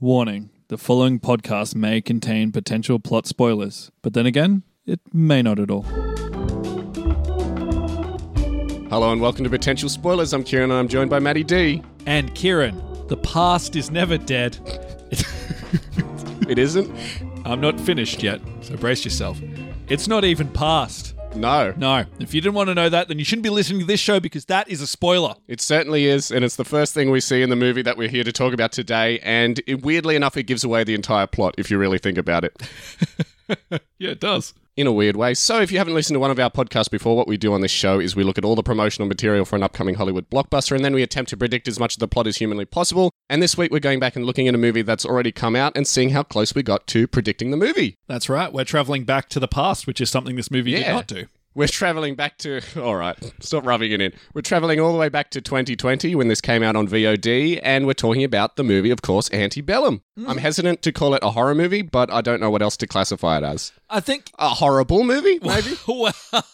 Warning the following podcast may contain potential plot spoilers, but then again, it may not at all. Hello and welcome to Potential Spoilers. I'm Kieran and I'm joined by Maddie D. And Kieran, the past is never dead. It isn't? I'm not finished yet, so brace yourself. It's not even past. No. No, if you didn't want to know that, then you shouldn't be listening to this show because that is a spoiler. It certainly is, and it's the first thing we see in the movie that we're here to talk about today, and it, weirdly enough, it gives away the entire plot if you really think about it. Yeah, it does. in a weird way. So, if you haven't listened to one of our podcasts before, what we do on this show is we look at all the promotional material for an upcoming Hollywood blockbuster and then we attempt to predict as much of the plot as humanly possible. And this week, we're going back and looking at a movie that's already come out and seeing how close we got to predicting the movie. That's right. We're traveling back to the past, which is something this movie did Yeah. not do. We're traveling back to. All right, stop rubbing it in. We're traveling all the way back to 2020 when this came out on VOD, and we're talking about the movie, of course, Antebellum. Hmm. I'm hesitant to call it a horror movie, but I don't know what else to classify it as. I think A horrible movie, maybe?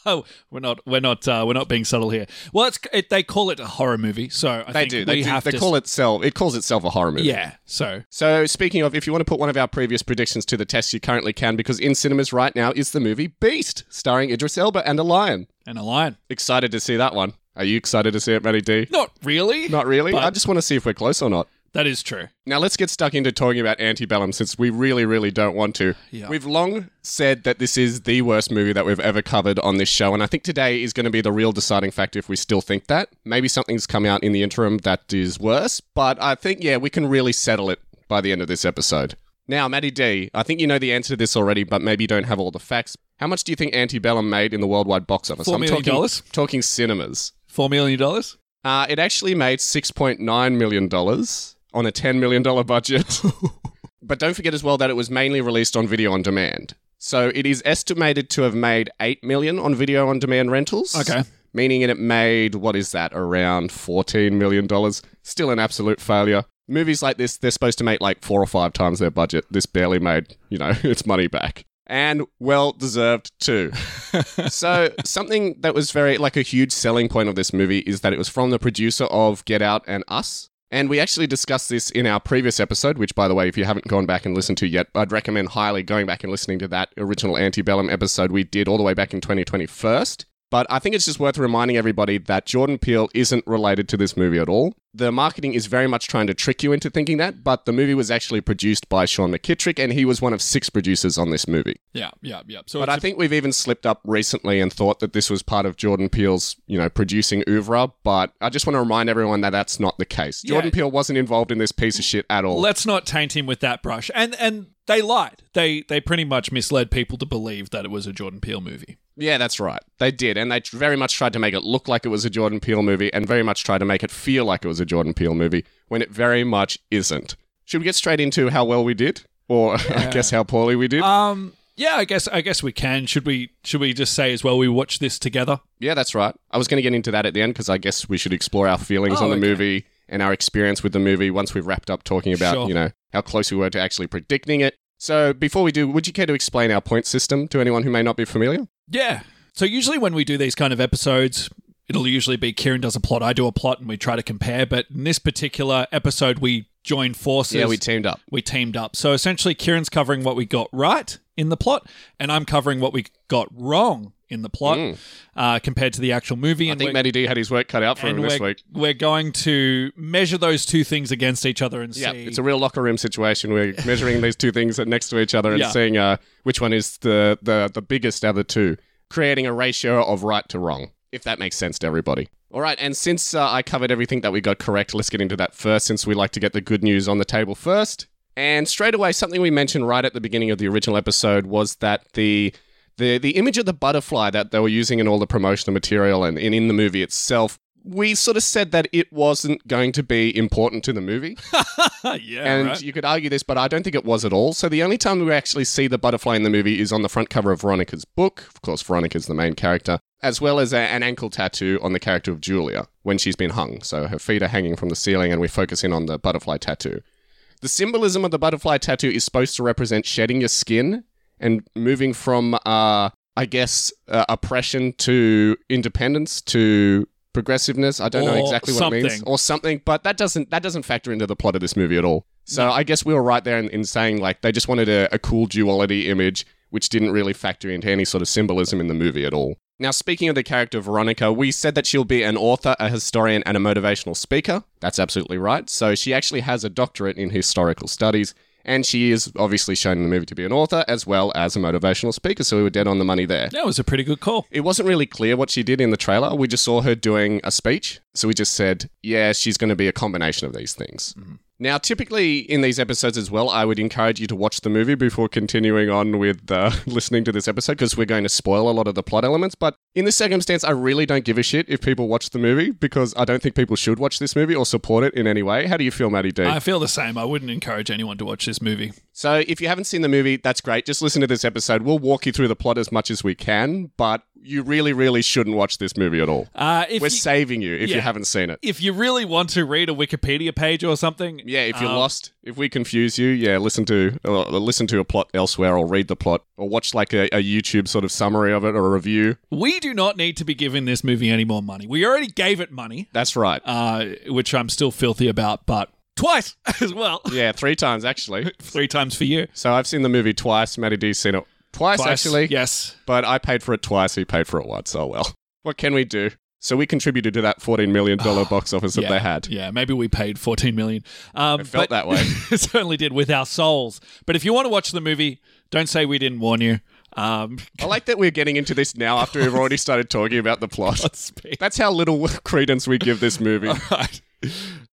wow, we're not we're not uh, we're not being subtle here. Well, it's it, they call it a horror movie, so I they think do. we They, do- have they to call itself. It calls itself a horror movie. Yeah, so So, speaking of, if you want to put one of our previous predictions to the test, you currently can, because in cinemas right now is the movie Beast, starring Idris Elba and a lion. and a lion. Excited to see that one. Are you excited to see it, Matty D? Not really. Not really. But- I just want to see if we're close or not. That is true. Now, let's get stuck into talking about Antebellum since we really, really don't want to. Yeah. We've long said that this is the worst movie that we've ever covered on this show, and I think today is going to be the real deciding factor if we still think that. Maybe something's come out in the interim that is worse, but I think, yeah, we can really settle it by the end of this episode. Now, Maddie D, I think you know the answer to this already, but maybe you don't have all the facts. How much do you think Antebellum made in the worldwide box office? Four I'm million talking, dollars? talking cinemas. Four million dollars. Uh, it actually made $6.9 million on a $10 million budget. but don't forget as well that it was mainly released on video on demand. So it is estimated to have made 8 million on video on demand rentals. Okay. Meaning it made, what is that, around $14 million. Still an absolute failure. Movies like this, they're supposed to make like four or five times their budget. This barely made, you know, its money back. And well deserved too. so something that was very like a huge selling point of this movie is that it was from the producer of Get Out and Us. And we actually discussed this in our previous episode, which, by the way, if you haven't gone back and listened to yet, I'd recommend highly going back and listening to that original Antebellum episode we did all the way back in 2021. But I think it's just worth reminding everybody that Jordan Peele isn't related to this movie at all. The marketing is very much trying to trick you into thinking that, but the movie was actually produced by Sean McKittrick, and he was one of six producers on this movie. Yeah, yeah, yeah. So But it's I a- think we've even slipped up recently and thought that this was part of Jordan Peele's, you know, producing oeuvre. But I just want to remind everyone that that's not the case. Yeah. Jordan Peele wasn't involved in this piece of shit at all. let's not taint him with that brush. And and they lied. They they pretty much misled people to believe that it was a Jordan Peele movie. yeah, that's right. They did, and they tr- very much tried to make it look like it was a Jordan Peele movie, and very much tried to make it feel like it was a Jordan Peele movie when it very much isn't. Should we get straight into how well we did, or I guess how poorly we did? Um yeah, I guess I guess we can. Should we should we just say as well we watch this together? Yeah, that's right. I was going to get into that at the end because I guess we should explore our feelings Oh, on the okay. movie and our experience with the movie once we've wrapped up talking about, Sure. you know, how close we were to actually predicting it. So before we do, would you care to explain our point system to anyone who may not be familiar? Yeah. So usually when we do these kind of episodes, it'll usually be Kieran does a plot, I do a plot, and we try to compare. But in this particular episode, we join forces. yeah, we teamed up. we teamed up. So essentially, Kieran's covering what we got right in the plot, and I'm covering what we got wrong in the plot uh, compared to the actual movie. Mm. I and think we're- Matty D had his work cut out for and him this we're, week. we're going to measure those two things against each other and Yeah, see. it's a real locker room situation. We're measuring these two things next to each other and Yeah. seeing uh, which one is the, the, the biggest out of the two, creating a ratio of right to wrong, if that makes sense to everybody. All right, and since uh, I covered everything that we got correct, let's get into that first, since we like to get the good news on the table first. And straight away, something we mentioned right at the beginning of the original episode was that the the the image of the butterfly that they were using in all the promotional material and, and in the movie itself, we sort of said that it wasn't going to be important to the movie yeah, and right. you could argue this, but I don't think it was at all. So the only time we actually see the butterfly in the movie is on the front cover of Veronica's book. Of course, Veronica's the main character, as well as a, an ankle tattoo on the character of Julia when she's been hung. So her feet are hanging from the ceiling, and we focus in on the butterfly tattoo. The symbolism of the butterfly tattoo is supposed to represent shedding your skin and moving from, uh, I guess, uh, oppression to independence to progressiveness. I don't know Or exactly what it means, something. or something. But that doesn't that doesn't factor into the plot of this movie at all. So I guess we were right there in, in saying like they just wanted a, a cool duality image, which didn't really factor into any sort of symbolism in the movie at all. Now, speaking of the character Veronica, we said that she'll be an author, a historian, and a motivational speaker. That's absolutely right. So she actually has a doctorate in historical studies, and she is obviously shown in the movie to be an author as well as a motivational speaker. So we were dead on the money there. That was a pretty good call. It wasn't really clear what she did in the trailer. We just saw her doing a speech. So we just said, yeah, she's going to be a combination of these things. Now, typically in these episodes as well, I would encourage you to watch the movie before continuing on with uh, listening to this episode because we're going to spoil a lot of the plot elements. But in this circumstance, I really don't give a shit if people watch the movie because I don't think people should watch this movie or support it in any way. How do you feel, Matty D? I feel the same. I wouldn't encourage anyone to watch this movie. So if you haven't seen the movie, that's great. Just listen to this episode. We'll walk you through the plot as much as we can, but you really, really shouldn't watch this movie at all. Uh, if We're you, saving you if you Yeah. haven't seen it. if you really want to read a Wikipedia page or something, Yeah, if you're um, lost, if we confuse you, yeah, listen to uh, listen to a plot elsewhere, or read the plot, or watch like a, a YouTube sort of summary of it or a review. we do not need to be giving this movie any more money. We already gave it money, That's right. uh, which I'm still filthy about, but twice as well. yeah, three times actually. Three times for you. So I've seen the movie twice. Matty D's seen it twice, Twice. actually. Yes. but I paid for it twice. He paid for it once. Oh well. What can we do? So we contributed to that fourteen million dollar box office that Oh, yeah, they had. Yeah, maybe we paid 14 million. Um, It felt but- that way. it certainly did with our souls. But if you want to watch the movie, don't say we didn't warn you. Um, I like that we're getting into this now after we've already started talking about the plot. let's be- That's how little credence we give this movie. right.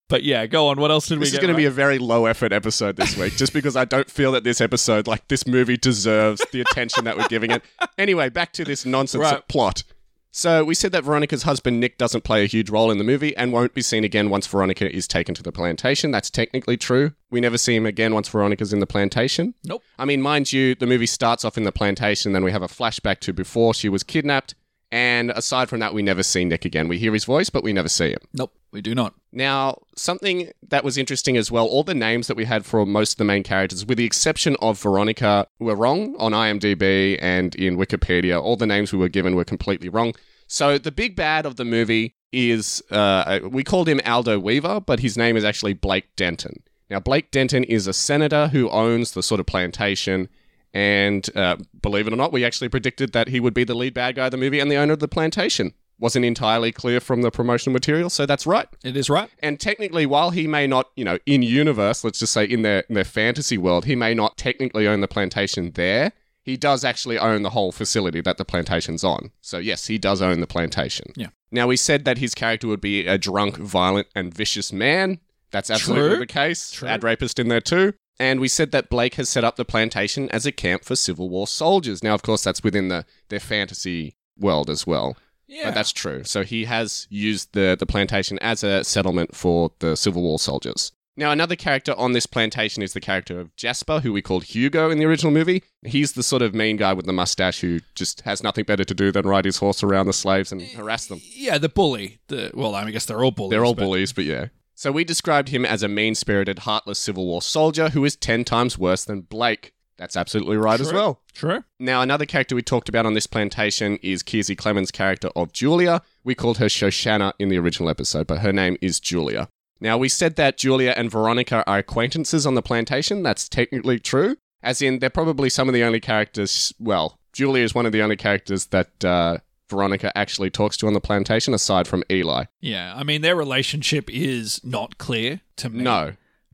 But yeah, go on. What else did we This is get? going to right? be a very low effort episode this week, just because I don't feel that this episode, like this movie, deserves the attention that we're giving it. Anyway, back to this nonsense Right. plot. So we said that Veronica's husband Nick doesn't play a huge role in the movie and won't be seen again once Veronica is taken to the plantation. That's technically true. We never see him again once Veronica's in the plantation. Nope. I mean, mind you, the movie starts off in the plantation, then we have a flashback to before she was kidnapped. And aside from that, we never see Nick again. We hear his voice, but we never see him. Nope, we do not. Now, something that was interesting as well, all the names that we had for most of the main characters, with the exception of Veronica, were wrong on IMDb and in Wikipedia. All the names we were given were completely wrong. So, the big bad of the movie is uh, we called him Aldo Weaver, but his name is actually Blake Denton. Now, Blake Denton is a senator who owns the sort of plantation. And uh, believe it or not, we actually predicted that he would be the lead bad guy of the movie and the owner of the plantation. Wasn't entirely clear from the promotional material, so that's right. It is right. And technically, while he may not, you know, in universe, let's just say in their in their fantasy world, he may not technically own the plantation there. He does actually own the whole facility that the plantation's on. So yes, he does own the plantation. Yeah. Now we said that his character would be a drunk, violent, and vicious man. That's absolutely True. the case. True. Ad rapist in there too. And we said that Blake has set up the plantation as a camp for Civil War soldiers. Now, of course, that's within the their fantasy world as well. Yeah, But that's true. So he has used the, the plantation as a settlement for the Civil War soldiers. Now, another character on this plantation is the character of Jasper, who we called Hugo in the original movie. He's the sort of mean guy with the mustache who just has nothing better to do than ride his horse around the slaves and harass them. yeah. The bully. The well, I, mean, I guess they're all bullies. They're all but- bullies, but yeah. So we described him as a mean spirited, heartless Civil War soldier who is 10 times worse than Blake. That's absolutely right as True. well. True. Now, another character we talked about on this plantation is Kiersey Clemens' character of Julia. We called her Shoshana in the original episode, but her name is Julia. Now, we said that Julia and Veronica are acquaintances on the plantation. That's technically true, as in, they're probably some of the only characters. Well, Julia is one of the only characters that uh, Veronica actually talks to on the plantation, aside from Eli. Yeah, I mean, their relationship is not clear to me. No.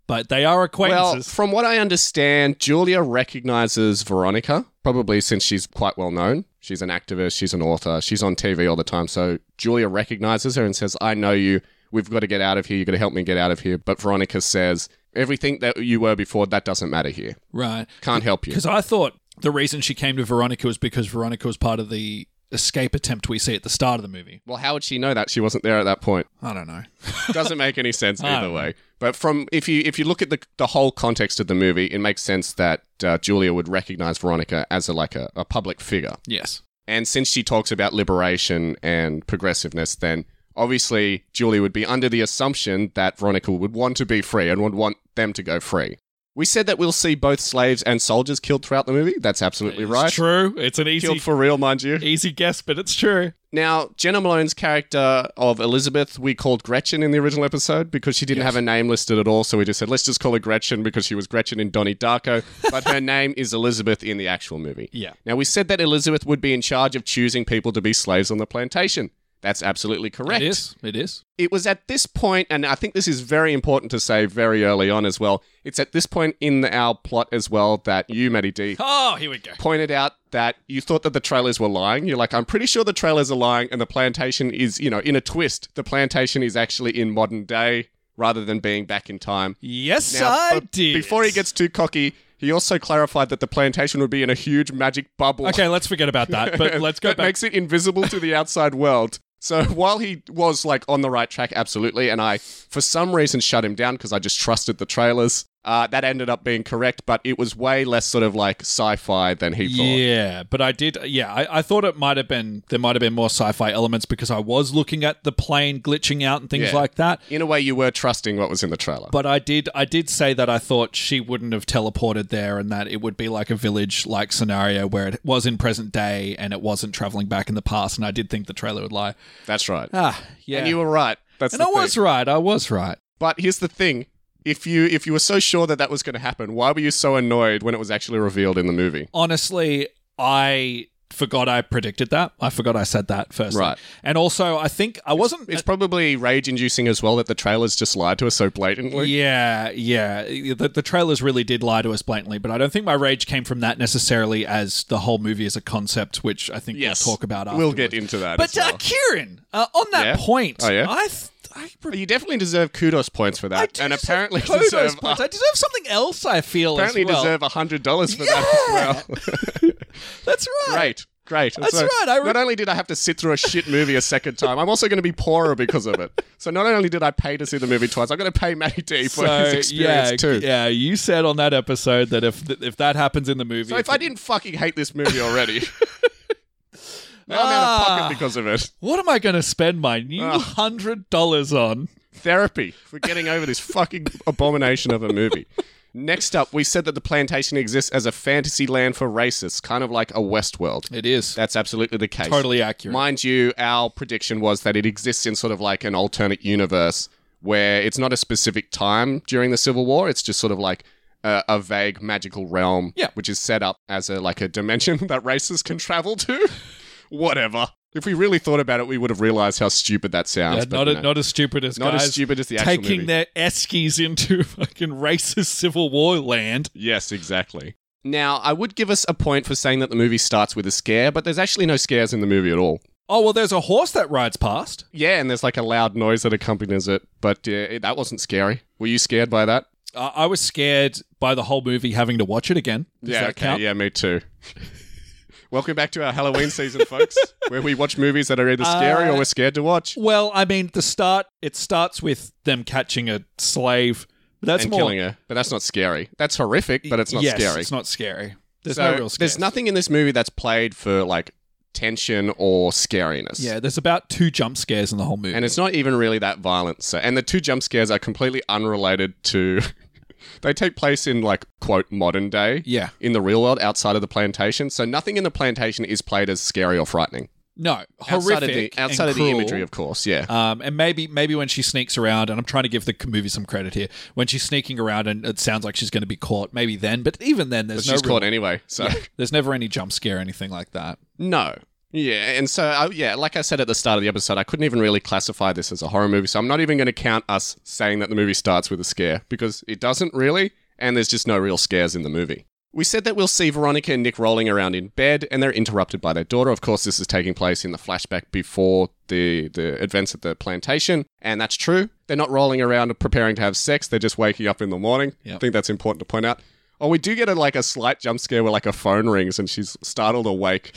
but they are Well, acquaintances. from what I understand, Julia recognizes Veronica, probably since she's quite well known. She's an activist, she's an author, she's on TV all the time. So Julia recognizes her and says, I know you. We've got to get out of here. You've got to help me get out of here. But Veronica says, Everything that you were before, that doesn't matter here. right. Can't help you. Because I thought the reason she came to Veronica was because Veronica was part of the escape attempt we see at the start of the movie. Well, how would she know that? She wasn't there at that point. I don't know. doesn't make any sense I either don't way. But from if you if you look at the the whole context of the movie, it makes sense that uh, Julia would recognize Veronica as a, like a, a public figure. yes. And since she talks about liberation and progressiveness, then obviously Julie would be under the assumption that Veronica would want to be free and would want them to go free. We said that we'll see both slaves and soldiers killed throughout the movie. That's absolutely right. It's true. It's an easy, Killed for real, mind you. easy guess, but it's true. Now, Jenna Malone's character of Elizabeth, we called Gretchen in the original episode because she didn't have a name listed at all. So we just said, let's just call her Gretchen because she was Gretchen in Donnie Darko. But her name is Elizabeth in the actual movie. Yeah. Now, we said that Elizabeth would be in charge of choosing people to be slaves on the plantation. That's absolutely correct It is. It is. it was at this point, and I think this is very important to say very early on as well. It's at this point in our plot as well that you, Matty D, Oh, here we go. pointed out that you thought that the trailers were lying. You're like, I'm pretty sure the trailers are lying, and the plantation is, you know, in a twist. The plantation is actually in modern day rather than being back in time. Yes, Now, I but did. Before he gets too cocky, he also clarified that the plantation would be in a huge magic bubble. Okay, let's forget about that. But let's go that back. makes it invisible to the outside world. So while he was like on the right track, absolutely, and I for some reason shut him down because I just trusted the trailers. Uh, that ended up being correct, but it was way less sort of like sci-fi than he thought. Yeah, but I did. Yeah, I, I thought it might have been there might have been more sci-fi elements because I was looking at the plane glitching out and things Yeah. like that. In a way, you were trusting what was in the trailer. But I did I did say that I thought she wouldn't have teleported there and that it would be like a village like scenario where it was in present day and it wasn't traveling back in the past and I did think the trailer would lie. That's right, Ah, yeah. and you were right. That's And the I was thing. right. I was right. But here's the thing: if you if you were so sure that that was going to happen, why were you so annoyed when it was actually revealed in the movie? Honestly, I forgot I predicted that. I forgot I said that first. Right. And also, I think I wasn't uh, It's probably rage-inducing as well that the trailers just lied to us so blatantly. Yeah, yeah. The, the trailers really did lie to us blatantly, but I don't think my rage came from that necessarily as the whole movie as a concept, which I think Yes. we'll talk about afterwards. We'll get into that. But as well. uh, Kieran, uh, on that Yeah? point, Oh, yeah? I, th- I, But you definitely deserve kudos points for that, I do and deserve apparently kudos deserve uh, points. I deserve something else. I feel apparently as well. deserve hundred dollars for that as well. That's right. great, great. And That's right, I re- not only did I have to sit through a shit movie a second time, I'm also going to be poorer because of it. So not only did I pay to see the movie twice, I'm going to pay Matty D for his So experience yeah, too. yeah. You said on that episode that if th- if that happens in the movie, So if I didn't fucking hate this movie already, now I'm out Ah. of pocket because of it. what am I going to spend my new hundred dollars on? therapy for getting over this fucking abomination of a movie. Next up, we said that the plantation exists as a fantasy land for racists, kind of like a Westworld. It is That's absolutely the case. totally accurate. Mind you, our prediction was that it exists in sort of like an alternate universe where it's not a specific time during the Civil War. It's just sort of like a, a vague magical realm, Yeah. which is set up as a like a dimension that racists can travel to. Whatever. If we really thought about it, we would have realized how stupid that sounds. Yeah, but, not, you a, know. not as stupid as Not guys as stupid as the actual taking movie. their eskies into fucking racist Civil War land. Yes, exactly. Now, I would give us a point for saying that the movie starts with a scare, but there's actually no scares in the movie at all. Oh well, there's a horse that rides past. Yeah, and there's like a loud noise that accompanies it, but uh, it- that wasn't scary. Were you scared by that? Uh, I was scared by the whole movie having to watch it again. Does that count? yeah, me too. Welcome back to our Halloween season, folks, where we watch movies that are either scary Uh, or we're scared to watch. Well, I mean, the start it starts with them catching a slave. But that's and more killing her, but that's not scary. That's horrific, but it's not yes, scary. It's not scary. There's So no real scare. There's nothing in this movie that's played for like tension or scariness. Yeah, there's about two jump scares in the whole movie. and it's not even really that violent. So, and the two jump scares are completely unrelated to. they take place in like quote modern day. yeah, In the real world, outside of the plantation, so nothing in the plantation is played as scary or frightening. no, outside horrific. of the and outside of the cruel. imagery, of course, yeah. Um, and maybe maybe when she sneaks around, and I'm trying to give the movie some credit here. When she's sneaking around, and it sounds like she's going to be caught. Maybe then, but even then, there's But no she's real- caught anyway, so there's never any jump scare or anything like that. no. Yeah, and so I, yeah, like I said at the start of the episode, I couldn't even really classify this as a horror movie, so I'm not even going to count us saying that the movie starts with a scare because it doesn't really, and there's just no real scares in the movie. We said that we'll see Veronica and Nick rolling around in bed, and they're interrupted by their daughter. Of course, this is taking place in the flashback before the, the events at the plantation, and that's true. They're not rolling around and preparing to have sex, they're just waking up in the morning. Yep. I think that's important to point out. Oh, we do get a, like a slight jump scare where like a phone rings and she's startled awake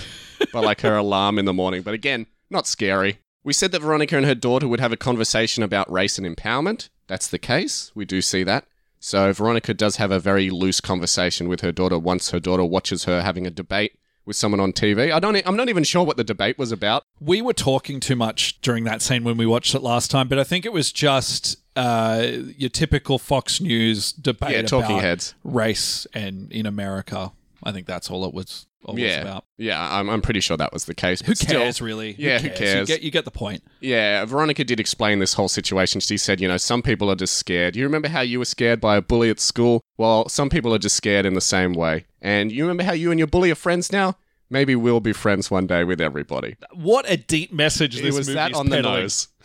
by like her alarm in the morning. But again, not scary. We said that Veronica and her daughter would have a conversation about race and empowerment. That's the case. We do see that. So Veronica does have a very loose conversation with her daughter once her daughter watches her having a debate with someone on TV. I don't. e, I'm not even sure what the debate was about. We were talking too much during that scene when we watched it last time, but I think it was just uh, your typical Fox News debate Yeah, talking about heads. race and in America. I think that's all it was all it was Yeah, about. yeah. I'm, I'm pretty sure that was the case. Who but still- cares, really? yeah, who You cares? get, you get the point. Yeah, Veronica did explain this whole situation. She said, you know, some people are just scared. You remember how you were scared by a bully at school? Well, some people are just scared in the same way. And you remember how you and your bully are friends now? Maybe we'll be friends one day with everybody. What a deep message this it was movie that is on the peddling. nose.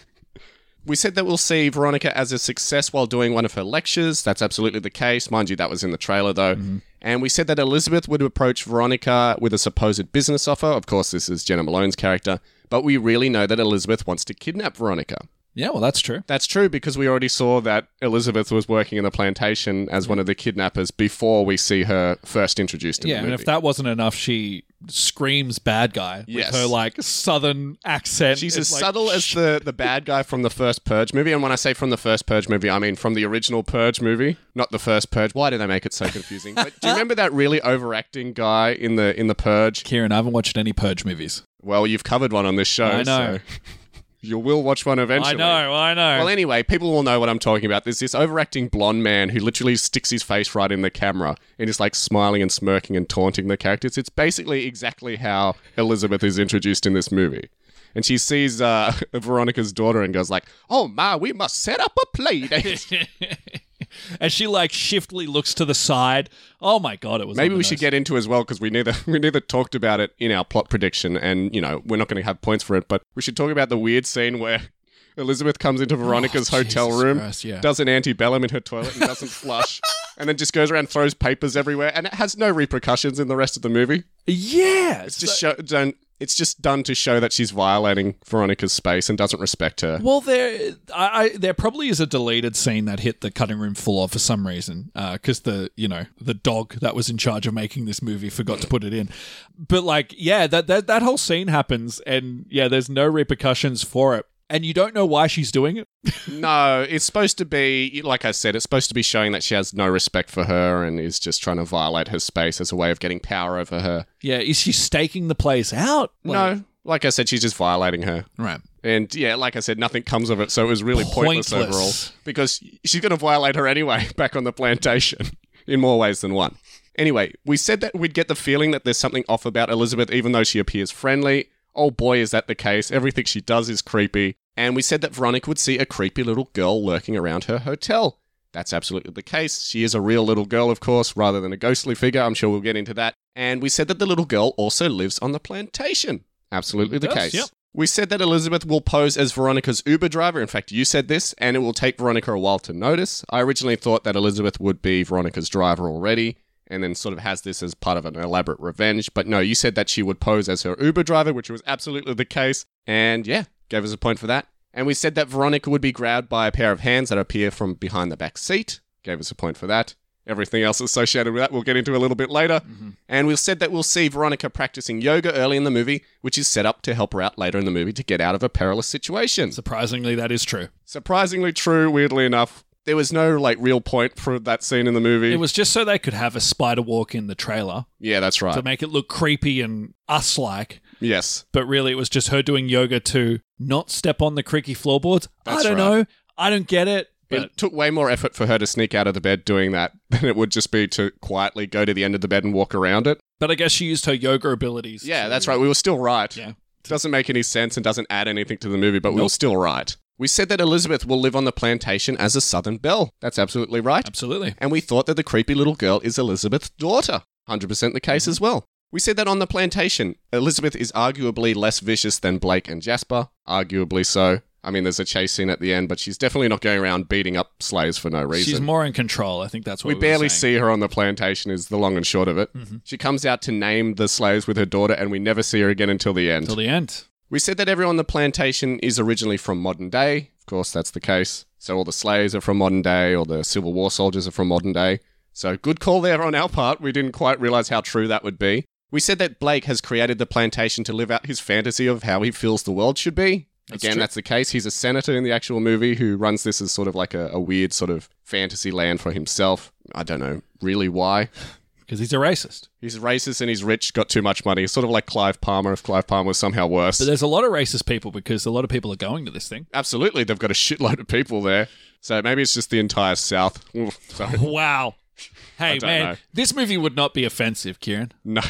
We said that we'll see Veronica as a success while doing one of her lectures. That's absolutely the case. Mind you, that was in the trailer, though. Mm-hmm. And we said that Elizabeth would approach Veronica with a supposed business offer. Of course, this is Jenna Malone's character. But we really know that Elizabeth wants to kidnap Veronica. Yeah, well, that's true. That's true because we already saw that Elizabeth was working in the plantation as one of the kidnappers before we see her first introduced in Yeah, the and movie. if that wasn't enough, she screams "bad guy" Yes. with her like southern accent. She's It's as like, subtle as the, the bad guy from the first Purge movie. And when I say from the first Purge movie, I mean from the original Purge movie, not the first Purge. Why do they make it so confusing? but do you remember that really overacting guy in the in the Purge? Kieran, I haven't watched any Purge movies. Well, you've covered one on this show. I know. Oh, so you will watch one eventually. I know, I know. Well, anyway, people will know what I'm talking about. There's this overacting blonde man who literally sticks his face right in the camera and is like smiling and smirking and taunting the characters. It's basically exactly how Elizabeth is introduced in this movie. And she sees uh, Veronica's daughter and goes like, "Oh my, we must set up a play date." and she like shiftly looks to the side. Oh my god, it was. Maybe on the we should nose. get into as well because we neither we neither talked about it in our plot prediction, and you know we're not going to have points for it. But we should talk about the weird scene where Elizabeth comes into Veronica's Oh, hotel Jesus room, Christ, yeah. does an antebellum in her toilet, and doesn't flush, and then just goes around throws papers everywhere, and it has no repercussions in the rest of the movie. Yeah, It's just show, done. It's just done to show that she's violating Veronica's space and doesn't respect her. Well, there, I, I, there probably is a deleted scene that hit the cutting room floor for some reason, because the, you know, the dog that was in charge of making this movie forgot to put it in. But like, yeah, that that that whole scene happens, and yeah, there's no repercussions for it, and you don't know why she's doing it. No, it's supposed to be, like I said, it's supposed to be showing that she has no respect for her and is just trying to violate her space as a way of getting power over her. Yeah, is she staking the place out? Like- no, like I said, she's just violating her. right. And yeah, like I said, nothing comes of it, so it was really pointless, Pointless. overall because she's going to violate her anyway back on the plantation in more ways than one. Anyway, we said that we'd get the feeling that there's something off about Elizabeth, even though she appears friendly. Oh boy, is that the case. Everything she does is creepy. And we said that Veronica would see a creepy little girl lurking around her hotel. That's absolutely the case. She is a real little girl, of course, rather than a ghostly figure. I'm sure we'll get into that. And we said that the little girl also lives on the plantation. Absolutely the Yes, case. yep. We said that Elizabeth will pose as Veronica's Uber driver. In fact, you said this, and it will take Veronica a while to notice. I originally thought that Elizabeth would be Veronica's driver already, and then sort of has this as part of an elaborate revenge. But no, you said that she would pose as her Uber driver, which was absolutely the case. And yeah, gave us a point for that. And we said that Veronica would be grabbed by a pair of hands that appear from behind the back seat. Gave us a point for that. Everything else associated with that we'll get into a little bit later. Mm-hmm. And we've said that we'll see Veronica practicing yoga early in the movie, which is set up to help her out later in the movie to get out of a perilous situation. Surprisingly, that is true. Surprisingly true, weirdly enough. There was no like real point for that scene in the movie. It was just so they could have a spider walk in the trailer yeah, that's right. to make it look creepy and us like. yes. but really it was just her doing yoga to not step on the creaky floorboards. I That's don't right. know. I don't get it. But it took way more effort for her to sneak out of the bed doing that than it would just be to quietly go to the end of the bed and walk around it. but I guess she used her yoga abilities. Yeah, to- that's right. We were still right. Yeah. Doesn't make any sense and doesn't add anything to the movie, but we were Nope. still right. We said that Elizabeth will live on the plantation as a Southern belle. That's absolutely right. Absolutely. And we thought that the creepy little girl is Elizabeth's daughter. 100% the Mm-hmm. case as well. We said that on the plantation, Elizabeth is arguably less vicious than Blake and Jasper. Arguably so. I mean, there's a chase scene at the end, but she's definitely not going around beating up slaves for no reason. She's more in control. I think that's what we we were barely saying. Mm-hmm. see her on the plantation, is the long and short of it. She comes out to name the slaves with her daughter, and we never see her again until the end. until the end. We said that everyone on the plantation is originally from modern day. Of course, that's the case. So all the slaves are from modern day, all the Civil War soldiers are from modern day. So good call there on our part. We didn't quite realize how true that would be. We said that Blake has created the plantation to live out his fantasy of how he feels the world should be. That's Again, true. that's the case. He's a senator in the actual movie who runs this as sort of like a, a weird sort of fantasy land for himself. I don't know really why. because he's a racist. He's racist and he's rich, got too much money. Sort of like Clive Palmer, if Clive Palmer was somehow worse. But there's a lot of racist people because a lot of people are going to this thing. Absolutely, they've got a shitload of people there. So maybe it's just the entire South. Oof, sorry. Wow. Hey don't man, know. this movie would not be offensive, Kieran. No.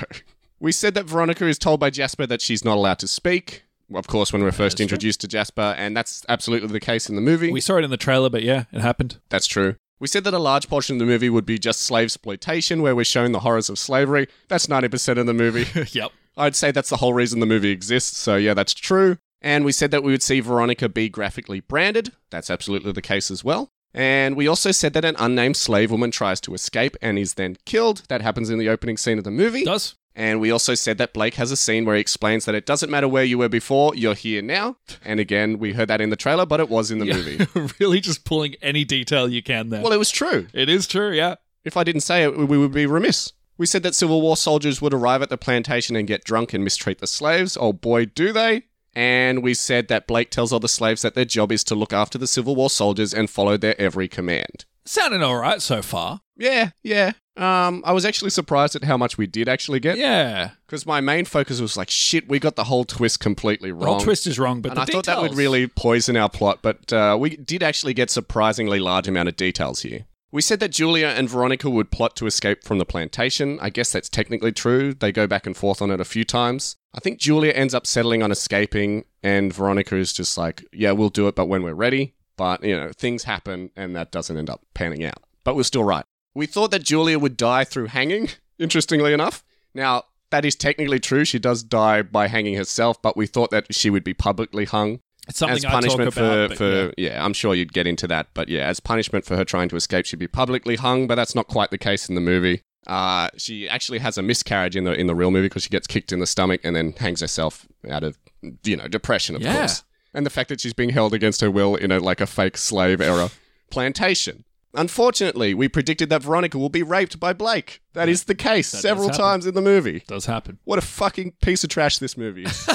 We said that Veronica is told by Jasper that she's not allowed to speak. Of course, when we we're first introduced to Jasper, and that's absolutely the case in the movie. We saw it in the trailer, but yeah, it happened. that's true. We said that a large portion of the movie would be just slave exploitation, where we're shown the horrors of slavery. That's 90% of the movie. yep. I'd say that's the whole reason the movie exists, so yeah, that's true. And we said that we would see Veronica be graphically branded. That's absolutely the case as well. And we also said that an unnamed slave woman tries to escape and is then killed. That happens in the opening scene of the movie. Does And we also said that Blake has a scene where he explains that it doesn't matter where you were before, you're here now. And again, we heard that in the trailer, but it was in the movie. really just pulling any detail you can there. Well, it was true. it is true, yeah. If I didn't say it, we would be remiss. We said that Civil War soldiers would arrive at the plantation and get drunk and mistreat the slaves. Oh boy, do they! And we said that Blake tells all the slaves that their job is to look after the Civil War soldiers and follow their every command. Sounding all right so far. Yeah, yeah. Um, I was actually surprised at how much we did actually get. Yeah. Because my main focus was like, shit, we got the whole twist completely The whole wrong. twist is wrong, but and the I thought that would details- really poison our plot, but uh, we did actually get surprisingly large amount of details here. We said that Julia and Veronica would plot to escape from the plantation. I guess that's technically true. They go back and forth on it a few times. I think Julia ends up settling on escaping, and Veronica is just like, yeah, we'll do it, but when we're ready. But, you know, things happen, and that doesn't end up panning out. But we're still right. We thought that Julia would die through hanging, interestingly enough. Now, that is technically true. She does die by hanging herself, but we thought that she would be publicly hung it's something as punishment I talk about. for, but for yeah. yeah. I'm sure you'd get into that, but yeah, as punishment for her trying to escape, she'd be publicly hung, but that's not quite the case in the movie. Uh, she actually has a miscarriage in the in the real movie because she gets kicked in the stomach and then hangs herself out of you know depression, of Yeah. course, and the fact that she's being held against her will in a like a fake slave era plantation. Unfortunately, we predicted that Veronica will be raped by Blake. That is the case does several happen. times in the movie. does happen. What a fucking piece of trash this movie is.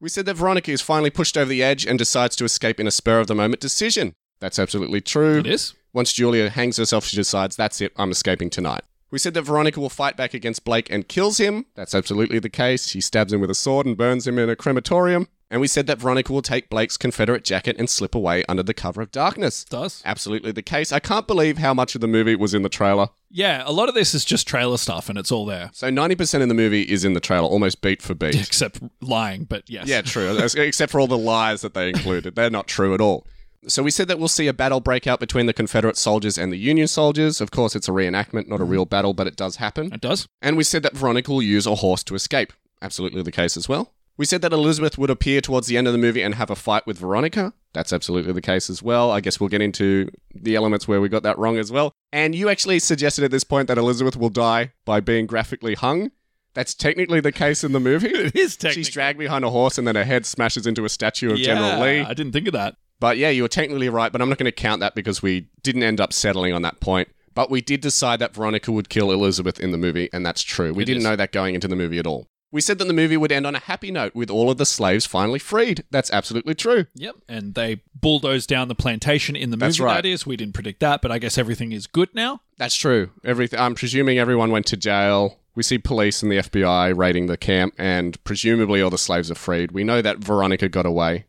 we said that Veronica is finally pushed over the edge and decides to escape in a spur of the moment decision. That's absolutely true. It is. Once Julia hangs herself, she decides, that's it, I'm escaping tonight. We said that Veronica will fight back against Blake and kills him. That's absolutely the case. She stabs him with a sword and burns him in a crematorium. And we said that Veronica will take Blake's Confederate jacket and slip away under the cover of darkness. Does. Absolutely the case. I can't believe how much of the movie was in the trailer. Yeah, a lot of this is just trailer stuff and it's all there. So 90% of the movie is in the trailer, almost beat for beat. Except lying, but yes. Yeah, true. Except for all the lies that they included. They're not true at all. So we said that we'll see a battle break out between the Confederate soldiers and the Union soldiers. Of course, it's a reenactment, not a real battle, but it does happen. It does. And we said that Veronica will use a horse to escape. Absolutely the case as well. We said that Elizabeth would appear towards the end of the movie and have a fight with Veronica. That's absolutely the case as well. I guess we'll get into the elements where we got that wrong as well. And you actually suggested at this point that Elizabeth will die by being graphically hung. That's technically the case in the movie. It is technically. She's dragged behind a horse and then her head smashes into a statue of yeah, General Lee. I didn't think of that. But yeah, you were technically right, but I'm not going to count that because we didn't end up settling on that point. But we did decide that Veronica would kill Elizabeth in the movie, and that's true. We It didn't is. know that going into the movie at all. We said that the movie would end on a happy note with all of the slaves finally freed. That's absolutely true. Yep. And they bulldozed down the plantation in the movie. That's right. That is, we didn't predict that, but I guess everything is good now. That's true. Everything. I'm presuming everyone went to jail. We see police and the FBI raiding the camp, and presumably all the slaves are freed. We know that Veronica got away,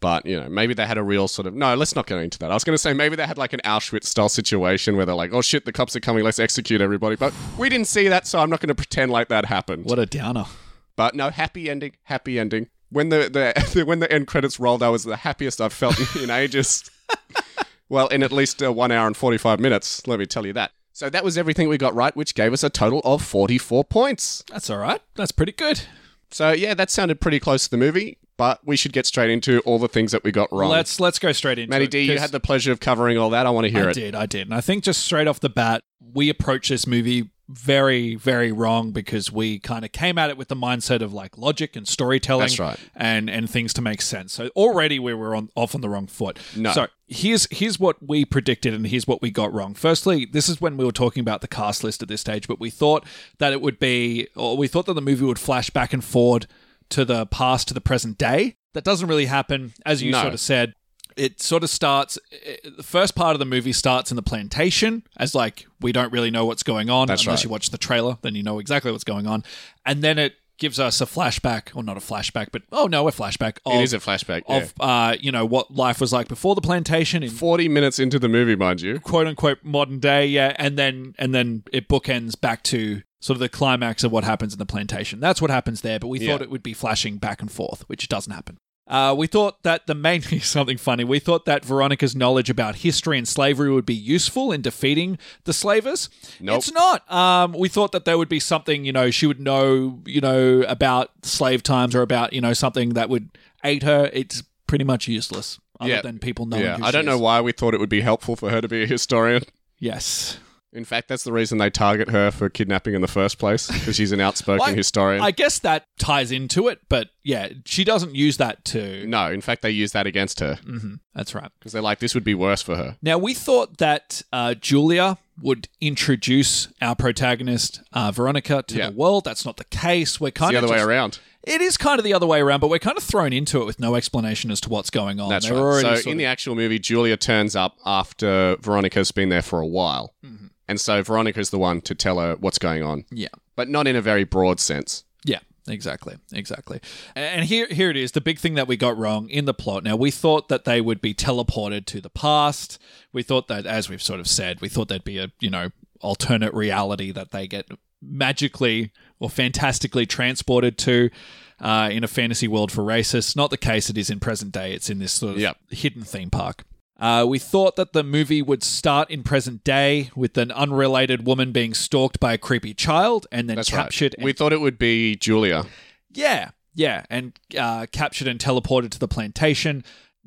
but you know maybe they had a real sort of no. Let's not go into that. I was going to say maybe they had like an Auschwitz style situation where they're like, oh shit, the cops are coming, let's execute everybody. But we didn't see that, so I'm not going to pretend like that happened. What a downer. But no, happy ending, happy ending. When the, the when the end credits rolled, I was the happiest I've felt in, in ages. well, in at least uh, one hour and forty five minutes. Let me tell you that. So that was everything we got right, which gave us a total of forty four points. That's all right. That's pretty good. So yeah, that sounded pretty close to the movie, but we should get straight into all the things that we got wrong. Let's let's go straight into Matty it, D, you 'cause had the pleasure of covering all that. I want to hear I it. did, I did. And I think just straight off the bat, we approached this movie very, very wrong because we kind of came at it with the mindset of like logic and storytelling That's right. and, and things to make sense. So already we were on off on the wrong foot. No. So here's here's what we predicted and here's what we got wrong. Firstly, this is when we were talking about the cast list at this stage, but we thought that it would be or we thought that the movie would flash back and forward to the past to the present day. That doesn't really happen, as you No. sort of said it sort of starts. It, the first part of the movie starts in the plantation as like we don't really know what's going on That's unless right. you watch the trailer, then you know exactly what's going on, and then it gives us a flashback, or not a flashback, but oh no, a flashback. Of, It is a flashback. yeah. of uh, you know what life was like before the plantation in 40 minutes into the movie, mind you. quote unquote modern day, yeah, and then and then it bookends back to sort of the climax of what happens in the plantation. That's what happens there, but we Yeah. thought it would be flashing back and forth, which doesn't happen. Uh, we thought that the main something funny. We thought that Veronica's knowledge about history and slavery would be useful in defeating the slavers. Nope. It's not. Um, we thought that there would be something you know she would know you know about slave times or about you know something that would aid her. It's pretty much useless other Yeah. than people knowing. Yeah, Oh, who I don't she know is. why we thought it would be helpful for her to be a historian. Yes. In fact, that's the reason they target her for kidnapping in the first place, because she's an outspoken Well, I- historian. I guess that ties into it, but yeah, she doesn't use that to. no, in fact, they use that against her Mhm, that's right. because they're like, this would be worse for her. Now, we thought that uh, Julia would introduce our protagonist, uh, Veronica, to Yeah. the world. That's not the case. We're It's kind the of. other way just- around. It is kind of the other way around, but we're kind of thrown into it with no explanation as to what's going on. That's They're right. already So, sort in of- the actual movie, Julia turns up after Veronica's been there for a while. Mm-hmm. And so, Veronica's the one to tell her what's going on, yeah. but not in a very broad sense. Yeah, exactly, exactly. And here, here it is. The big thing that we got wrong in the plot. Now we thought that they would be teleported to the past. We thought that, as we've sort of said, we thought there'd be a you know alternate reality that they get magically or fantastically transported to. Uh, in a fantasy world for racists, not the case. It is in present day. It's in this sort of Yep. hidden theme park. Uh, we thought that the movie would start in present day with an unrelated woman being stalked by a creepy child and then That's captured right. and We thought it would be Julia. yeah, yeah, and uh, captured and teleported to the plantation.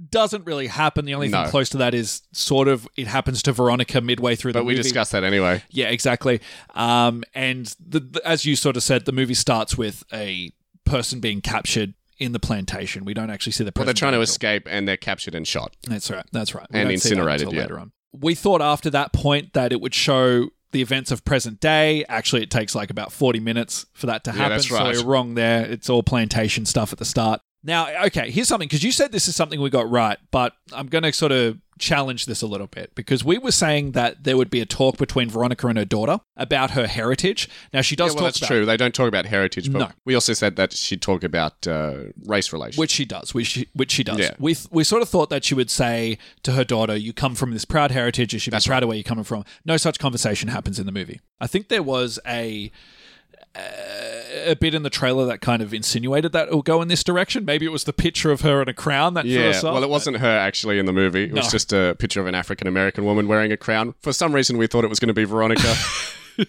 Doesn't really happen. The only No. thing close to that is sort of it happens to Veronica midway through the But we movie. discussed that anyway. yeah, exactly. Um, and the, the, as you sort of said, the movie starts with a person being captured in the plantation. We don't actually see the. Well, they're present trying to day. escape and they're captured and shot. That's right. That's right. And don't see that incinerated, until yeah. later on. We thought after that point that it would show the events of present day. Actually, it takes like about forty minutes for that to Yeah, happen. that's So right. you're wrong there. It's all plantation stuff at the start. Now, okay, here's something because you said this is something we got right, but I'm going to sort of challenge this a little bit because we were saying that there would be a talk between Veronica and her daughter about her heritage. Now she does yeah, well, talk that's about true. They don't talk about heritage, but No. we also said that she'd talk about uh, race relations. Which she does, which she, which she does. Yeah. We, we sort of thought that she would say to her daughter, "You come from this proud heritage. You should be proud of where you're coming from." No such conversation happens in the movie. I think there was a a bit in the trailer that kind of insinuated that it will go in this direction. Maybe it was the picture of her in a crown that threw yeah, us off. well, it wasn't her actually in the movie. It was just a picture of an African American woman wearing a crown. For some reason, we thought it was going to be Veronica.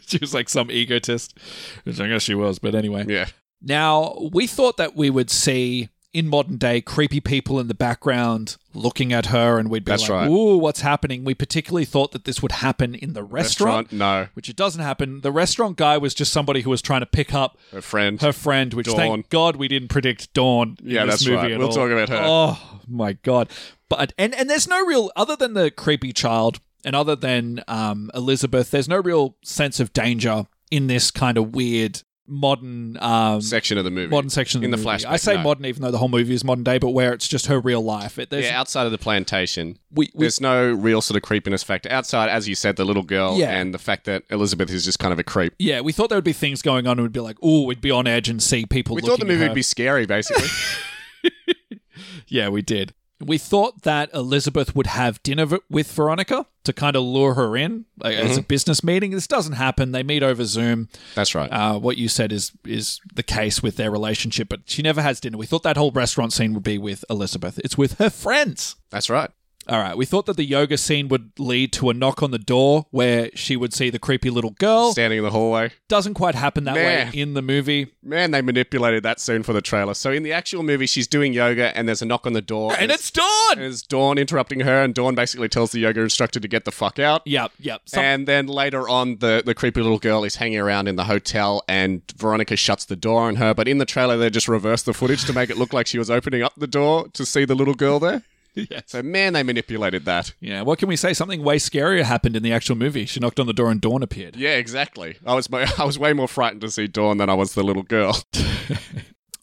she was like some egotist, which I guess she was. But anyway, yeah, Now, we thought that we would see in modern day creepy people in the background looking at her and we'd be That's like, right. ooh, what's happening? We particularly thought that this would happen in the restaurant, restaurant. No, which it doesn't happen. The restaurant guy was just somebody who was trying to pick up her friend. her friend, which Dawn. thank God we didn't predict Dawn. in Yeah, this that's movie right. at We'll all. talk about her. Oh my God! But and and there's no real other than the creepy child, and other than um, Elizabeth, there's no real sense of danger in this kind of weird modern um, section of the movie. modern section of in the, the movie. flashback, I say no. modern, even though the whole movie is modern day, but where it's just her real life. It, there's, Yeah, outside of the plantation. we, we, There's no real sort of creepiness factor outside, as you said, the little girl Yeah. and the fact that Elizabeth is just kind of a creep. yeah, we thought there would be things going on, and we'd be like, "Oh, we'd be on edge and see people." We thought the looking at movie her. would be scary, basically. Yeah, we did. We thought that Elizabeth would have dinner v- with Veronica to kind of lure her in like, as Mm-hmm. a business meeting. This doesn't happen. They meet over Zoom. That's right. Uh, what you said is is the case with their relationship, but she never has dinner. We thought that whole restaurant scene would be with Elizabeth. It's with her friends. That's right. All right. We thought that the yoga scene would lead to a knock on the door where she would see the creepy little girl. Standing in the hallway. Doesn't quite happen that Nah. way in the movie. Man, they manipulated that scene for the trailer. So in the actual movie, she's doing yoga and there's a knock on the door. And it's dawn. and it's Dawn interrupting her, and Dawn basically tells the yoga instructor to get the fuck out. Yep, yep. Some- And then later on, the, the creepy little girl is hanging around in the hotel, and Veronica shuts the door on her. But in the trailer, they just reversed the footage to make it look like she was opening up the door to see the little girl there. So, man, they manipulated that. yeah, what can we say? Something way scarier happened in the actual movie. She knocked on the door and dawn appeared. Yeah, exactly. I was mo- I was way more frightened to see Dawn than I was the little girl.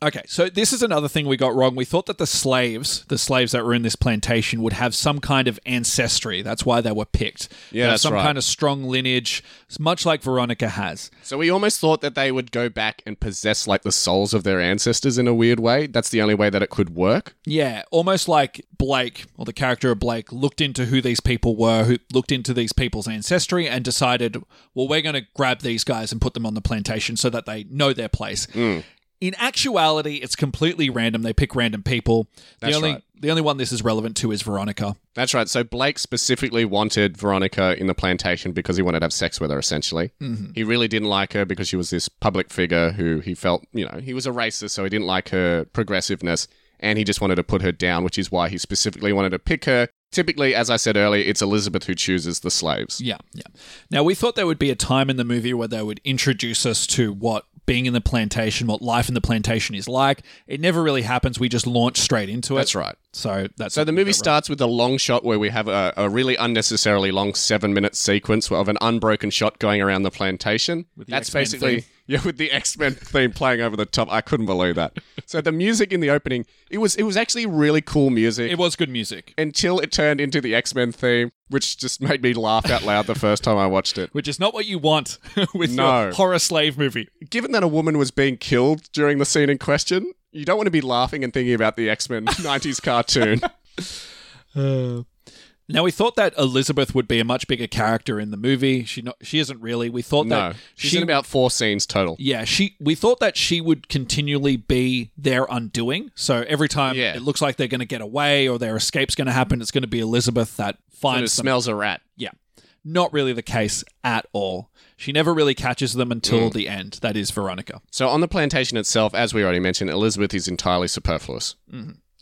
Okay, so this is another thing we got wrong. We thought that the slaves, the slaves that were in this plantation, would have some kind of ancestry. That's why they were picked. Yeah, They have that's some right. kind of strong lineage, much like Veronica has. So we almost thought that they would go back and possess like the souls of their ancestors in a weird way. That's the only way that it could work. Yeah, almost like Blake or the character of Blake looked into who these people were, who looked into these people's ancestry and decided, well, we're going to grab these guys and put them on the plantation so that they know their place. Mm. In actuality, it's completely random. They pick random people. That's the only right. the only one this is relevant to is Veronica. That's right. So Blake specifically wanted Veronica in the plantation because he wanted to have sex with her, essentially. He really didn't like her because she was this public figure who he felt, you know, he was a racist, so he didn't like her progressiveness and he just wanted to put her down, which is why he specifically wanted to pick her. Typically, as I said earlier, it's Elizabeth who chooses the slaves. Yeah, yeah. Now we thought there would be a time in the movie where they would introduce us to what being in the plantation, what life in the plantation is like. It never really happens. We just launch straight into it. That's right. So that's So the movie starts with a long shot where we have a, a really unnecessarily long seven minute sequence of an unbroken shot going around the plantation. the That's X-Men basically theme. yeah, with the X Men theme playing over the top. I couldn't believe that. So the music in the opening, it was it was actually really cool music It was good music, until it turned into the X Men theme, which just made me laugh out loud the first time I watched it. which is not what you want with No. your horror slave movie. Given that a woman was being killed during the scene in question, you don't want to be laughing and thinking about the X Men '90s cartoon. Now we thought that Elizabeth would be a much bigger character in the movie. She not, she isn't really. We thought No, that she's she in about four scenes total. Yeah, she. We thought that she would continually be their undoing. So every time Yeah. it looks like they're going to get away or their escape's going to happen, it's going to be Elizabeth that And it finds them. smells a rat. yeah, not really the case at all. She never really catches them Mm. until the end. That is Veronica. So on the plantation itself, as we already mentioned, Elizabeth is entirely superfluous.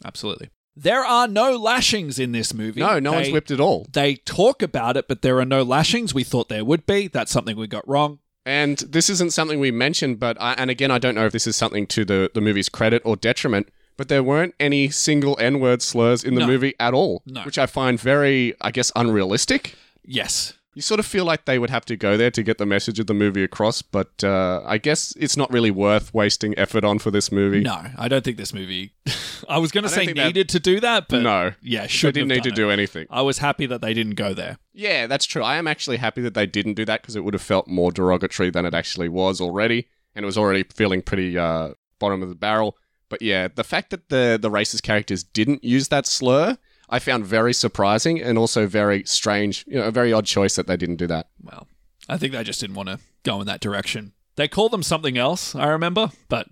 Absolutely. There are no lashings in this movie. No, no They- one's whipped at all. They talk about it, but there are no lashings. We thought there would be. That's something we got wrong. And this isn't something we mentioned, but I, and again, I don't know if this is something to the, the movie's credit or detriment, but there weren't any single N word slurs in the No. movie at all, No. which I find very, I guess, unrealistic. Yes. You sort of feel like they would have to go there to get the message of the movie across, but uh, I guess it's not really worth wasting effort on for this movie. No, I don't think this movie. I was going to I don't say think that- needed to do that, but No. yeah, They should didn't need to do anything. I was happy that they didn't go there. Yeah, that's true. I am actually happy that they didn't do that because it would have felt more derogatory than it actually was already, and it was already feeling pretty uh, bottom of the barrel. But yeah, the fact that the the racist characters didn't use that slur, I found very surprising and also very strange. You know, a very odd choice that they didn't do that. Well, I think they just didn't want to go in that direction. They call them something else, I remember, but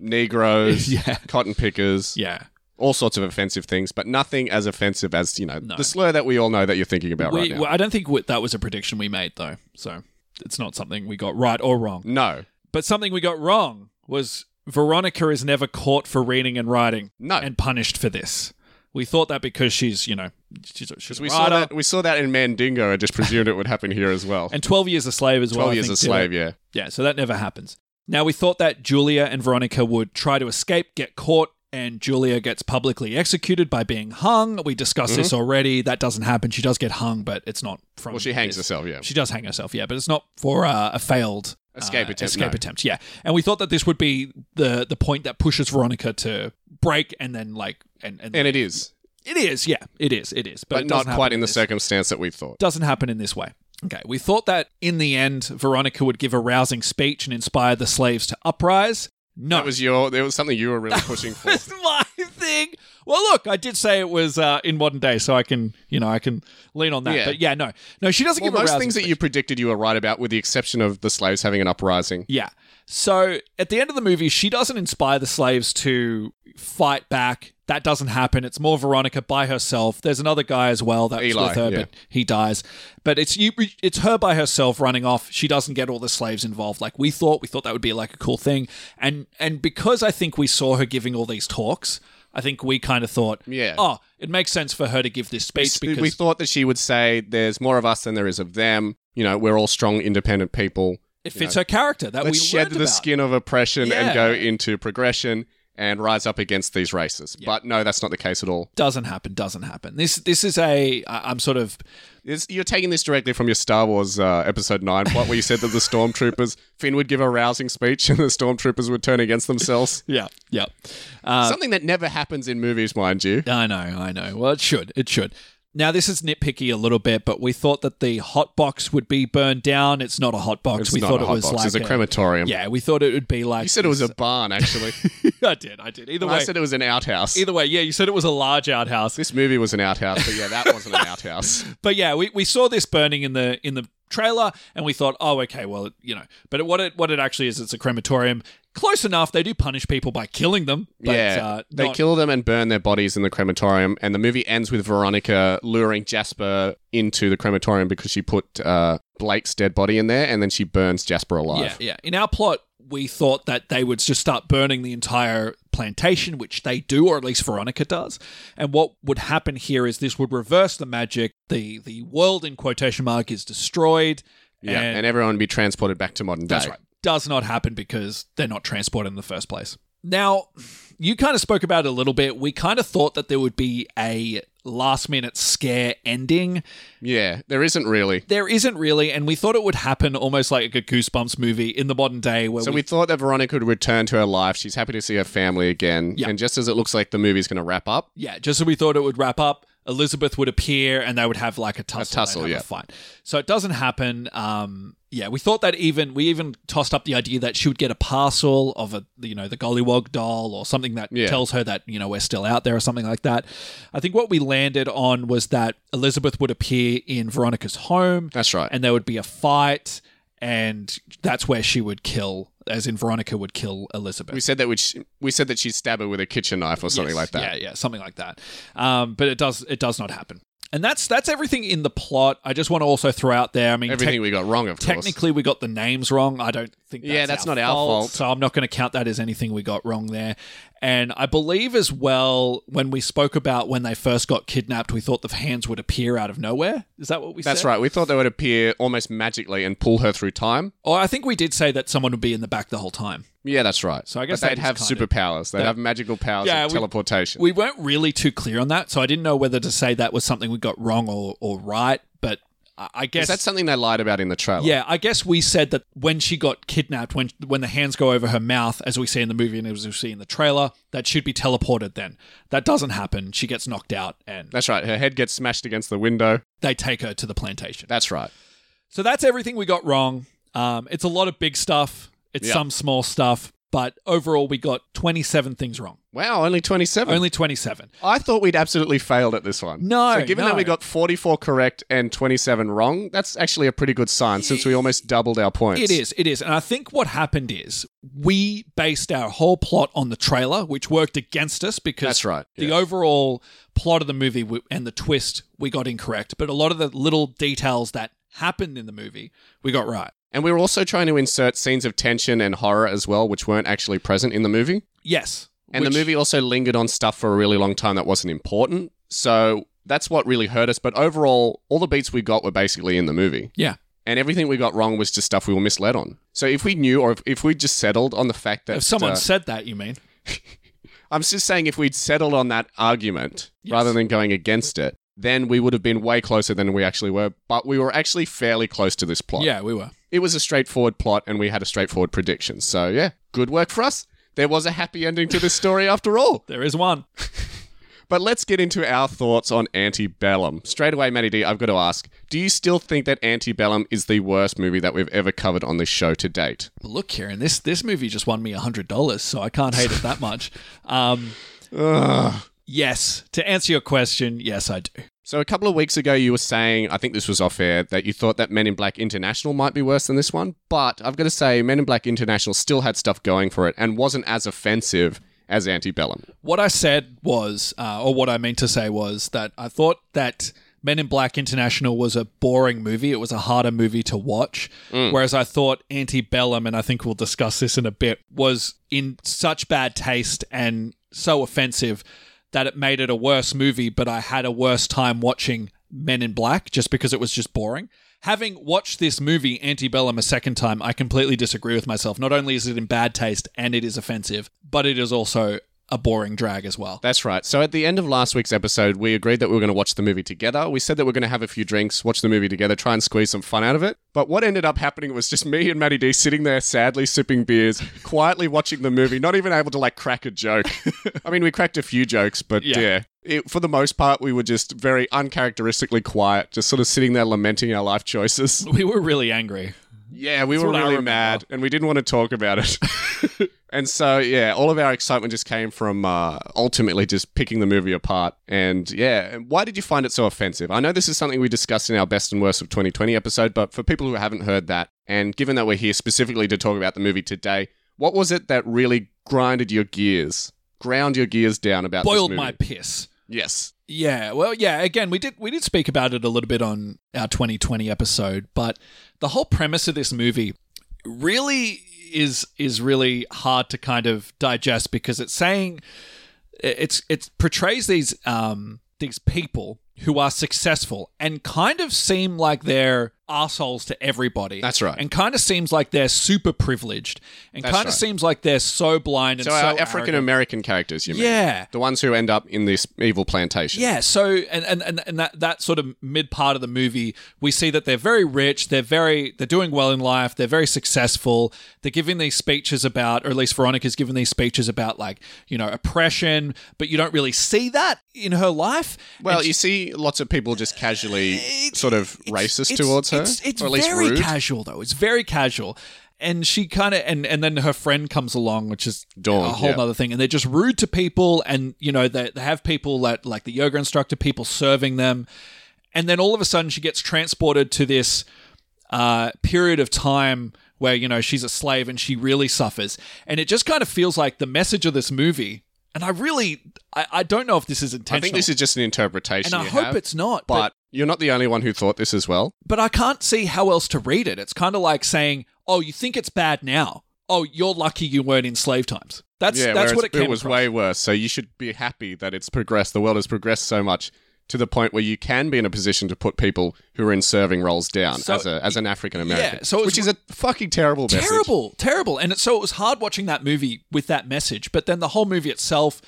Negroes, Yeah. cotton pickers, yeah. all sorts of offensive things, but nothing as offensive as you know No. the slur that we all know that you're thinking about We- right now. well, I don't think we, that was a prediction we made, though. So it's not something we got right or wrong. no, But something we got wrong was Veronica is never caught for reading and writing no, and punished for this. We thought that because she's, you know, she's, a- she's because a we writer. saw that we saw that in Mandingo and just presumed it would happen here as well. And 12 years a slave as well. Twelve I years think, a did it. slave, yeah. Yeah, so that never happens. Now, we thought that Julia and Veronica would try to escape, get caught, and Julia gets publicly executed by being hung. We discussed this already. That doesn't happen. She does get hung, but it's not from. Mm-hmm. Well, she hangs this. herself, yeah. She does hang herself, yeah, but it's not for uh, a failed. uh, Escape attempt, Escape no. attempt, yeah. And we thought that this would be the the point that pushes Veronica to break and then like and and, And it is, it is, yeah, it is, it is, but, but it not doesn't quite happen in the this. circumstance that we thought. doesn't happen in this way. Okay, we thought that in the end, Veronica would give a rousing speech and inspire the slaves to uprise. No, That was your. There was something you were really pushing for. that's my thing. Well, look, I did say it was uh, in modern day, so I can, you know, I can lean on that. Yeah. But yeah, no, no, she doesn't Well, give a most rousing things speech. that you predicted you were right about, with the exception of the slaves having an uprising. Yeah. So at the end of the movie, she doesn't inspire the slaves to fight back. That doesn't happen. It's more Veronica by herself. There's another guy as well that's Eli, with her, yeah. but he dies. But it's you. It's her by herself running off. She doesn't get all the slaves involved like we thought. We thought that would be like a cool thing. And and because I think we saw her giving all these talks, I think we kind of thought, Yeah. oh, it makes sense for her to give this speech because we thought that she would say, "There's more of us than there is of them." You know, we're all strong, independent people. it fits her character that Let's we shed learned the about. skin of oppression and Yeah. go into progression. and rise up against these races. But no, that's not the case at all. Doesn't happen. Doesn't happen. This this is a I- I'm sort of It's, you're taking this directly from your Star Wars uh, Episode 9 plot where you said that the stormtroopers, Finn would give a rousing speech and the stormtroopers would turn against themselves. yeah yeah. Uh, Something that never happens in movies, mind you. I know, I know. Well, it should. It should. Now, this is nitpicky a little bit, but we thought that the hot box would be burned down. It's not a hot box. It's we not thought a it hot was box, like it's a, crematorium. Yeah, we thought it would be like. You said it was a barn, actually. I did. I did. Either I way. said it was an outhouse. Either way, yeah, you said it was a large outhouse, This movie was an outhouse, but yeah, that wasn't an outhouse. but yeah, we, we saw this burning in the in the trailer, and we thought, oh, okay, well, it, you know, but what it what it actually is, it's a crematorium. Close enough. They do punish people by killing them. But, yeah, uh, they not- kill them and burn their bodies in the crematorium, and the movie ends with Veronica luring Jasper into the crematorium because she put uh, Blake's dead body in there, and then she burns Jasper alive. Yeah, yeah. In our plot, we thought that they would just start burning the entire plantation, which they do, or at least Veronica does. And what would happen here is this would reverse the magic. The the world in quotation mark is destroyed. Yeah, and, and, everyone would be transported back to modern day. that's right. Does not happen because they're not transported in the first place. Now, you kind of spoke about it a little bit. We kind of thought that there would be a last minute scare ending Yeah, there isn't really. there isn't really and we thought it would happen almost like a goosebumps movie in the modern day where So we we thought that Veronica would return to her life. She's happy to see her family again. Yeah. And just as it looks like the movie's going to wrap up, Yeah, just so we thought it would wrap up, Elizabeth would appear and they would have like a tussle. They'd tussle, have yeah. fight. So it doesn't happen. Um, yeah, we thought that even we even tossed up the idea that she would get a parcel of a you know the Gollywog doll or something that Yeah. tells her that you know we're still out there or something like that. I think what we landed on was that Elizabeth would appear in Veronica's home that's right. and there would be a fight, and that's where she would kill, as in Veronica would kill Elizabeth. we said that we sh- we said that she'd stab her with a kitchen knife or something Yes, like that. Yeah, yeah, something like that. Um, but it does it does not happen. And that's that's everything in the plot. I just want to also throw out there. I mean, Everything tec- we got wrong, of course. technically we got the names wrong. I don't think that's Yeah, that's not our fault. So I'm not going to count that as anything we got wrong there. And I believe as well when we spoke about when they first got kidnapped, we thought the hands would appear out of nowhere. Is that what we That's said? right. We thought they would appear almost magically and pull her through time. Or I think we did say that someone would be in the back the whole time. Yeah, that's right. So I guess but that they'd is have kind of- superpowers. They'd have magical powers Yeah, of we- teleportation. We weren't really too clear on that, so I didn't know whether to say that was something we got wrong or, or right. But I I guess is that something they lied about in the trailer? Yeah, I guess we said that when she got kidnapped, when when the hands go over her mouth, as we see in the movie and as we see in the trailer, that she'd be teleported. Then that doesn't happen. She gets knocked out, and That's right. Her head gets smashed against the window. they take her to the plantation. That's right. So that's everything we got wrong. Um, it's a lot of big stuff. It's Yeah. some small stuff, but overall we got twenty seven things wrong. Wow, only 27. Only twenty seven. I thought we'd absolutely failed at this one. No, So given no. that we got 44 correct and 27 wrong, that's actually a pretty good sign since we almost doubled our points. It is, it is. And I think what happened is we based our whole plot on the trailer, which worked against us because That's right, the yeah. overall plot of the movie w- and the twist we got incorrect, but a lot of the little details that happened in the movie we got right. And we were also trying to insert scenes of tension and horror as well, which weren't actually present in the movie. Yes. And which- the movie also lingered on stuff for a really long time that wasn't important. So that's what really hurt us. But overall, all the beats we got were basically in the movie. Yeah. And everything we got wrong was just stuff we were misled on. So if we knew or if, if we just settled on the fact that. If someone uh, said that, you mean? I'm just saying if we'd settled on that argument Yes. rather than going against it, then we would have been way closer than we actually were. But we were actually fairly close to this plot. Yeah, we were. It was a straightforward plot and we had a straightforward prediction. So yeah, good work for us. There was a happy ending to this story after all. There is one. But let's get into our thoughts on Antebellum. Straight away, Matty D, I've got to ask do you still think that Antebellum is the worst movie that we've ever covered on this show to date? But look, Kieran, this, this movie just won me $100, so I can't hate it that much. Um, yes. To answer your question, yes, I do. So, a couple of weeks ago, you were saying, I think this was off air, that you thought that Men in Black International might be worse than this one. But I've got to say, Men in Black International still had stuff going for it and wasn't as offensive as Antebellum. What I said was, uh, or what I meant to say was, that I thought that Men in Black International was a boring movie. It was a harder movie to watch. Whereas I thought Antebellum, and I think we'll discuss this in a bit, was in such bad taste and so offensive that it made it a worse movie, but I had a worse time watching Men in Black just because it was just boring. Having watched this movie, Antebellum, a second time, I completely disagree with myself. Not only is it in bad taste and it is offensive, but it is also a boring drag as well. That's right. So at the end of last week's episode, we agreed that we were going to watch the movie together. We said that we are going to have a few drinks, watch the movie together, try and squeeze some fun out of it. But what ended up happening was just me and Maddie D sitting there sadly sipping beers, quietly watching the movie, not even able to like crack a joke. I mean, we cracked a few jokes, but yeah. Yeah. It, for the most part, we were just very uncharacteristically quiet, just sort of sitting there lamenting our life choices. We were really angry. Yeah, we were what I really remember. mad, and we didn't want to talk about it. and so, yeah, all of our excitement just came from uh, ultimately just picking the movie apart. And yeah, and why did you find it so offensive? I know this is something we discussed in our best and worst of 2020 episode, but for people who haven't heard that, and given that we're here specifically to talk about the movie today, what was it that really grinded your gears, ground your gears down about this Boiled movie? my piss. yes. Yeah, well, yeah. Again, we did we did speak about it a little bit on our 2020 episode, but the whole premise of this movie really is is really hard to kind of digest because it's saying it's it portrays these um these people who are successful and kind of seem like they're assholes to everybody. That's right. And kind of seems like they're super privileged, and That's kind of right. seems like they're so blind and So, so, our arrogant. African American characters, you mean? Yeah. The ones who end up in this evil plantation. Yeah, so and, and, and, and that, that sort of mid part of the movie, we see that they're very rich, they're very they're doing well in life, they're very successful, they're giving these speeches about, or at least Veronica's giving these speeches about like, you know, oppression, but you don't really see that in her life. Well, And you see lots of people just casually it- sort of it's- racist it's- towards her, It's, it's or at least very rude. casual though. It's very casual. And she kind of and and then her friend comes along, which is Dawn, a whole yeah. other thing. And they're just rude to people, and you know they, they have people like like the yoga instructor, people serving them, and then all of a sudden she gets transported to this uh, period of time where you know she's a slave and she really suffers and it just kind of feels like the message of this movie and i really i, I don't know if this is intentional I think this is just an interpretation. and i you hope have, it's not But you're not the only one who thought this as well. but I can't see how else to read it. It's kind of like saying, "Oh, you think it's bad now? Oh, you're lucky you weren't in slave times." That's yeah, that's whereas what it came was across. way worse. So you should be happy that it's progressed. The world has progressed so much to the point where you can be in a position to put people who are in serving roles down So- as a as an African American. Yeah, so it which is was- a fucking terrible, message. terrible, terrible. And it, so it was hard watching that movie with that message. But then the whole movie itself,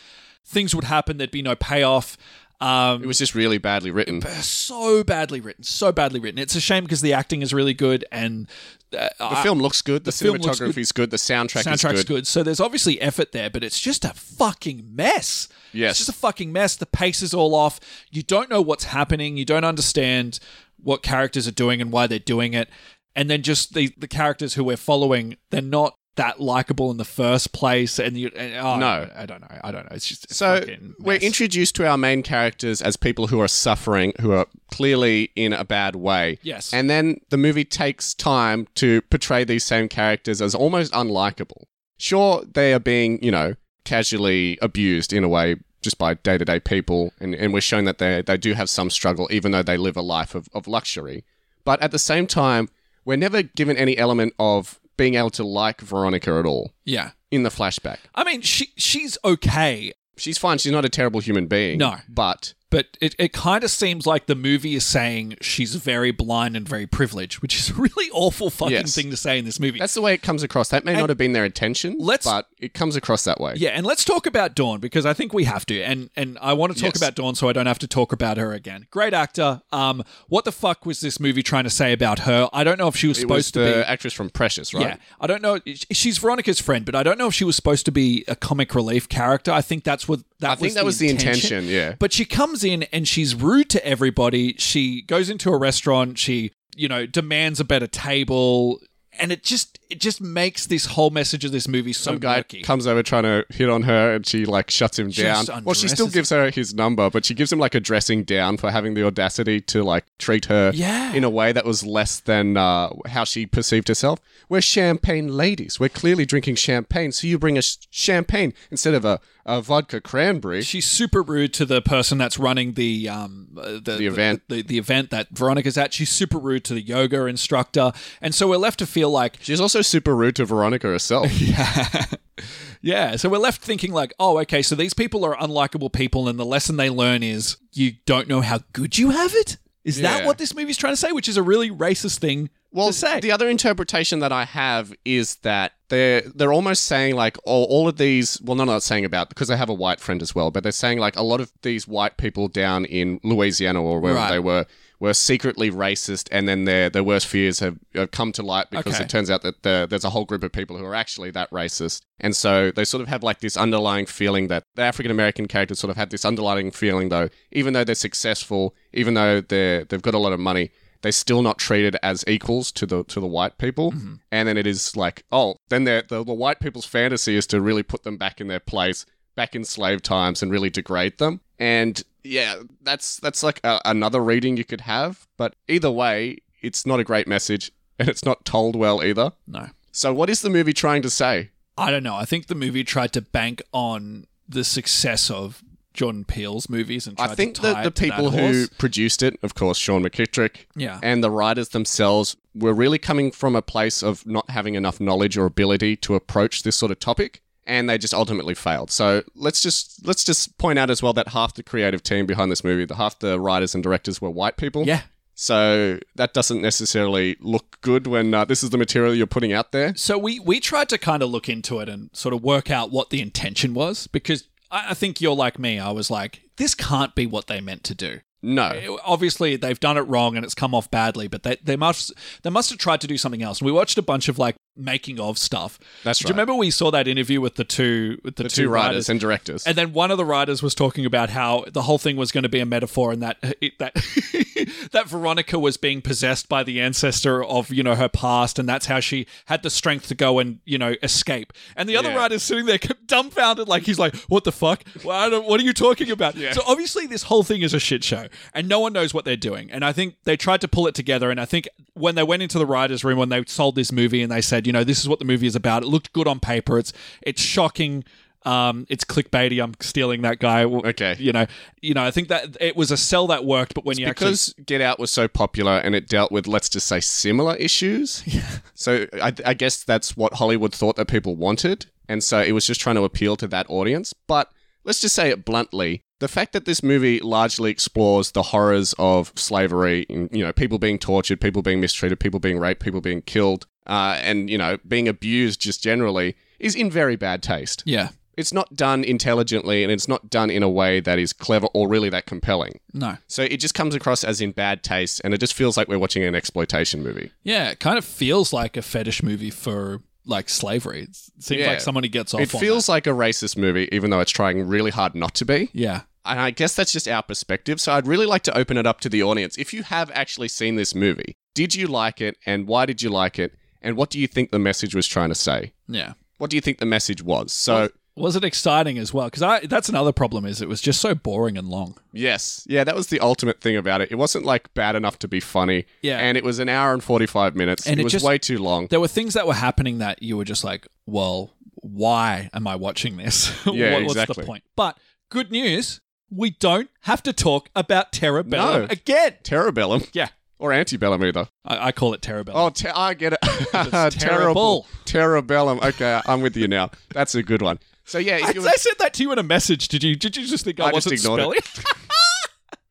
things would happen. There'd be no payoff. Um, It was just really badly written. so badly written, so badly written. It's a shame because the acting is really good and uh, The film looks good. The, film looks good. cinematography is good. The soundtrack is soundtrack's good. good. So there's obviously effort there, but it's just a fucking mess. Yes. It's just a fucking mess. The pace is all off. You don't know what's happening. You don't understand what characters are doing and why they're doing it. And then just the, the characters who we're following, they're not that likable in the first place. And you, and, oh, No. I don't know. I don't know. It's just a So fucking we're mess. introduced to our main characters as people who are suffering, who are clearly in a bad way. Yes. And then the movie takes time to portray these same characters as almost unlikable. Sure, they are being, you know, casually abused in a way just by day to day people, and, and we're shown that they, they do have some struggle, even though they live a life of, of luxury. But at the same time, we're never given any element of being able to like Veronica at all yeah. in the flashback. I mean, she she's okay, She's fine. She's not a terrible human being. No. But but it, it kind of seems like the movie is saying she's very blind and very privileged, which is a really awful fucking Yes. thing to say in this movie. That's the way it comes across. That may not have been their intention, let's- but it comes across that way. Yeah, and let's talk about Dawn because I think we have to, and and I want to talk Yes. about Dawn so I don't have to talk about her again. Great actor. Um, what the fuck was this movie trying to say about her? I don't know if she was it supposed to was the be. actress from Precious, right? Yeah, I don't know. She's Veronica's friend, but I don't know if she was supposed to be a comic relief character. I think that's what that I think that was the intention, yeah. but she comes in and she's rude to everybody. She goes into a restaurant. She, you know, demands a better table, and it just it just makes this whole message of this movie so Some guy murky. comes over trying to hit on her, and she like shuts him down. Just Well, she still undresses gives her his number, but she gives him like a dressing down for having the audacity to like treat her Yeah. in a way that was less than uh, how she perceived herself. We're champagne ladies. We're clearly drinking champagne, so you bring us champagne instead of a, a vodka cranberry. She's super rude to the person that's running the um uh, the, the event. the, the event that Veronica's at. She's super rude to the yoga instructor, and so we're left to feel like She's also super rude to Veronica herself. yeah. So we're left thinking like, oh, okay, so these people are unlikable people, and the lesson they learn is you don't know how good you have it. Is Yeah. that what this movie's trying to say? Which is a really racist thing Well, to say. the other interpretation that I have is that they're they're almost saying like all, all of these well no not saying about because they have a white friend as well but they're saying like a lot of these white people down in Louisiana or wherever Right. they were were secretly racist and then their their worst fears have, have come to light because Okay. it turns out that the, there's a whole group of people who are actually that racist and so they sort of have like this underlying feeling that the African American characters sort of have this underlying feeling though even though they're successful even though they're they've got a lot of money they're still not treated as equals to the to the white people. And then it is like, oh, then they're, the the white people's fantasy is to really put them back in their place, back in slave times, and really degrade them. And yeah, that's that's like a, another reading you could have. But either way, it's not a great message, and it's not told well either. No. So what is the movie trying to say? I don't know. I think the movie tried to bank on the success of Jordan Peele's movies and tried I think to tie that it the to that people who horse. produced it, of course, Sean McKittrick, yeah. and the writers themselves were really coming from a place of not having enough knowledge or ability to approach this sort of topic and they just ultimately failed. So let's just let's just point out as well that half the creative team behind this movie, the half the writers and directors were white people. yeah. So that doesn't necessarily look good when uh, this is the material you're putting out there. So we we tried to kind of look into it and sort of work out what the intention was because I, I think you're like me. I was like, this can't be what they meant to do. No. obviously they've done it wrong and it's come off badly but they, they must they must have tried to do something else and we watched a bunch of like making of stuff That's do you right. remember we saw that interview with the two with the, The two writers and directors. and then one of the writers was talking about how the whole thing was going to be a metaphor, and that it, that that Veronica was being possessed by the ancestor of you know her past, and that's how she had the strength to go and you know escape. And the other Yeah. writer's sitting there dumbfounded, like he's like, "What the fuck? Well, I don't, what are you talking about?" So obviously, this whole thing is a shit show, and no one knows what they're doing. And I think they tried to pull it together, and I think when they went into the writers' room when they sold this movie and they said, you know, this is what the movie is about. It looked good on paper. It's it's shocking. Um, it's clickbaity. I'm stealing that guy. W- Okay. you know, you know. I think that it was a sell that worked, but when you actually because Get Out was so popular and it dealt with, let's just say, similar issues. Yeah. So I, I guess that's what Hollywood thought that people wanted. And so it was just trying to appeal to that audience. But let's just say it bluntly. The fact that this movie largely explores the horrors of slavery, and, you know, people being tortured, people being mistreated, people being raped, people being killed, uh, and, you know, being abused just generally, is in very bad taste yeah, it's not done intelligently and it's not done in a way that is clever or really that compelling. No. So it just comes across as in bad taste and it just feels like we're watching an exploitation movie. yeah, it kind of feels like a fetish movie for like slavery. It seems Yeah. like someone who gets off. it on feels like a racist movie, even though it's trying really hard not to be. that. yeah. And I guess that's just our perspective. So I'd really like to open it up to the audience. If you have actually seen this movie, did you like it and why did you like it? And what do you think the message was trying to say? Yeah. What do you think the message was? So. Was it exciting as well? Because I that's another problem is it was just so boring and long. Yes. Yeah, that was the ultimate thing about it. It wasn't like bad enough to be funny. Yeah. And it was an hour and 45 minutes. And it, it was just- way too long. There were things that were happening that you were just like, well, why am I watching this? Yeah, What- What's exactly. the point? But good news, we don't have to talk about Terabellum No. again. Terabellum. Yeah. Or antebellum either. I, I call it Terabellum. Oh, te- I get it. terrible. Terrible. Terabellum. Okay, I'm with you now. That's a good one. So yeah, I, if you were- I sent that to you in a message. Did you? Did you just think I, I just wasn't ignored spelling? it.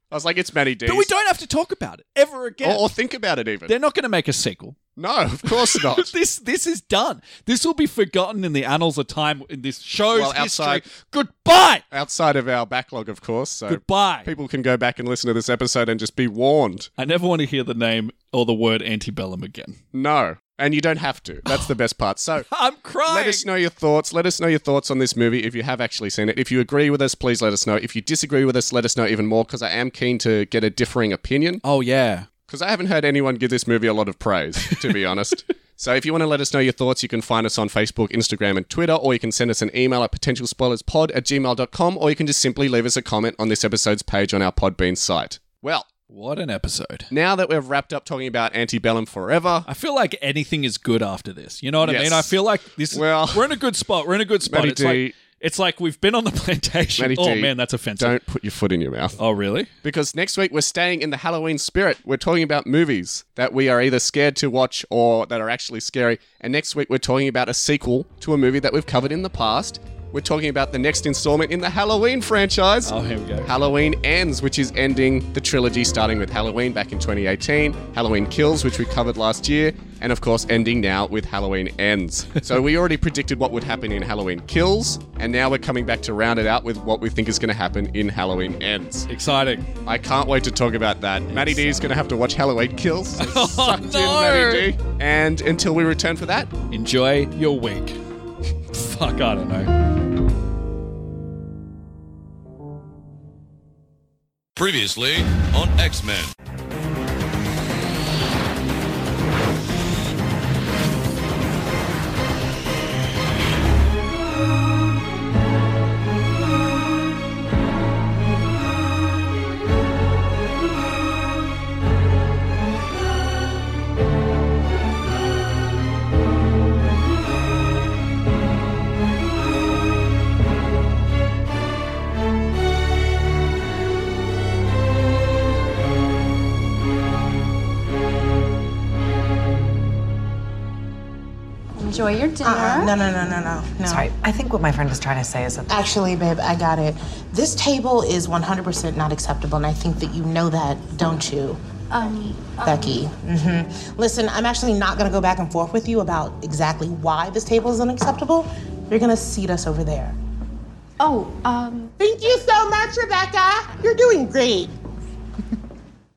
I was like, it's many D's. but we don't have to talk about it ever again. Or, or think about it even. They're not going to make a sequel. no, of course not. this this is done. This will be forgotten in the annals of time in this show's Well, history. outside- Goodbye. Outside of our backlog, of course. So Goodbye. people can go back and listen to this episode and just be warned. I never want to hear the name or the word antebellum again. No. And you don't have to. That's the best part. So I'm crying. Let us know your thoughts. Let us know your thoughts on this movie if you have actually seen it. If you agree with us, please let us know. If you disagree with us, let us know even more because I am keen to get a differing opinion Oh yeah. because I haven't heard anyone give this movie a lot of praise, to be honest. So if you want to let us know your thoughts, you can find us on Facebook, Instagram, and Twitter, or you can send us an email at potentialspoilerspod at gmail.com, or you can just simply leave us a comment on this episode's page on our Podbean site. Well, What an episode. now that we've wrapped up talking about Antebellum Forever, I feel like anything is good after this. You know what I Yes. mean? I feel like this is, Well- we're in a good spot. We're in a good spot. Matty it's like D. it's like we've been on the plantation. Matty oh D, man, that's offensive. don't put your foot in your mouth. Oh really? Because next week we're staying in the Halloween spirit. We're talking about movies that we are either scared to watch or that are actually scary. And next week we're talking about a sequel to a movie that we've covered in the past We're talking about the next installment in the Halloween franchise. Oh, here we go. Halloween Ends, which is ending the trilogy starting with Halloween back in 2018, Halloween Kills, which we covered last year, and of course ending now with Halloween Ends. so we already predicted what would happen in Halloween Kills, and now we're coming back to round it out with what we think is going to happen in Halloween Ends. Exciting. I can't wait to talk about that. Maddie D is going to have to watch Halloween Kills. So sucked in, no. Maddie D. And until we return for that, Enjoy your week. Fuck, I don't know. Previously on X Men. Enjoy your dinner. Uh-uh. No, no, no, no, no, no. Sorry, I think what my friend was trying to say is that Actually, babe, I got it. This table is 100% not acceptable, and I think that you know that, don't you, Um, Becky? Mm-hmm. Listen, I'm actually not going to go back and forth with you about exactly why this table is unacceptable. You're going to seat us over there. oh, um, Thank you so much, Rebecca. You're doing great.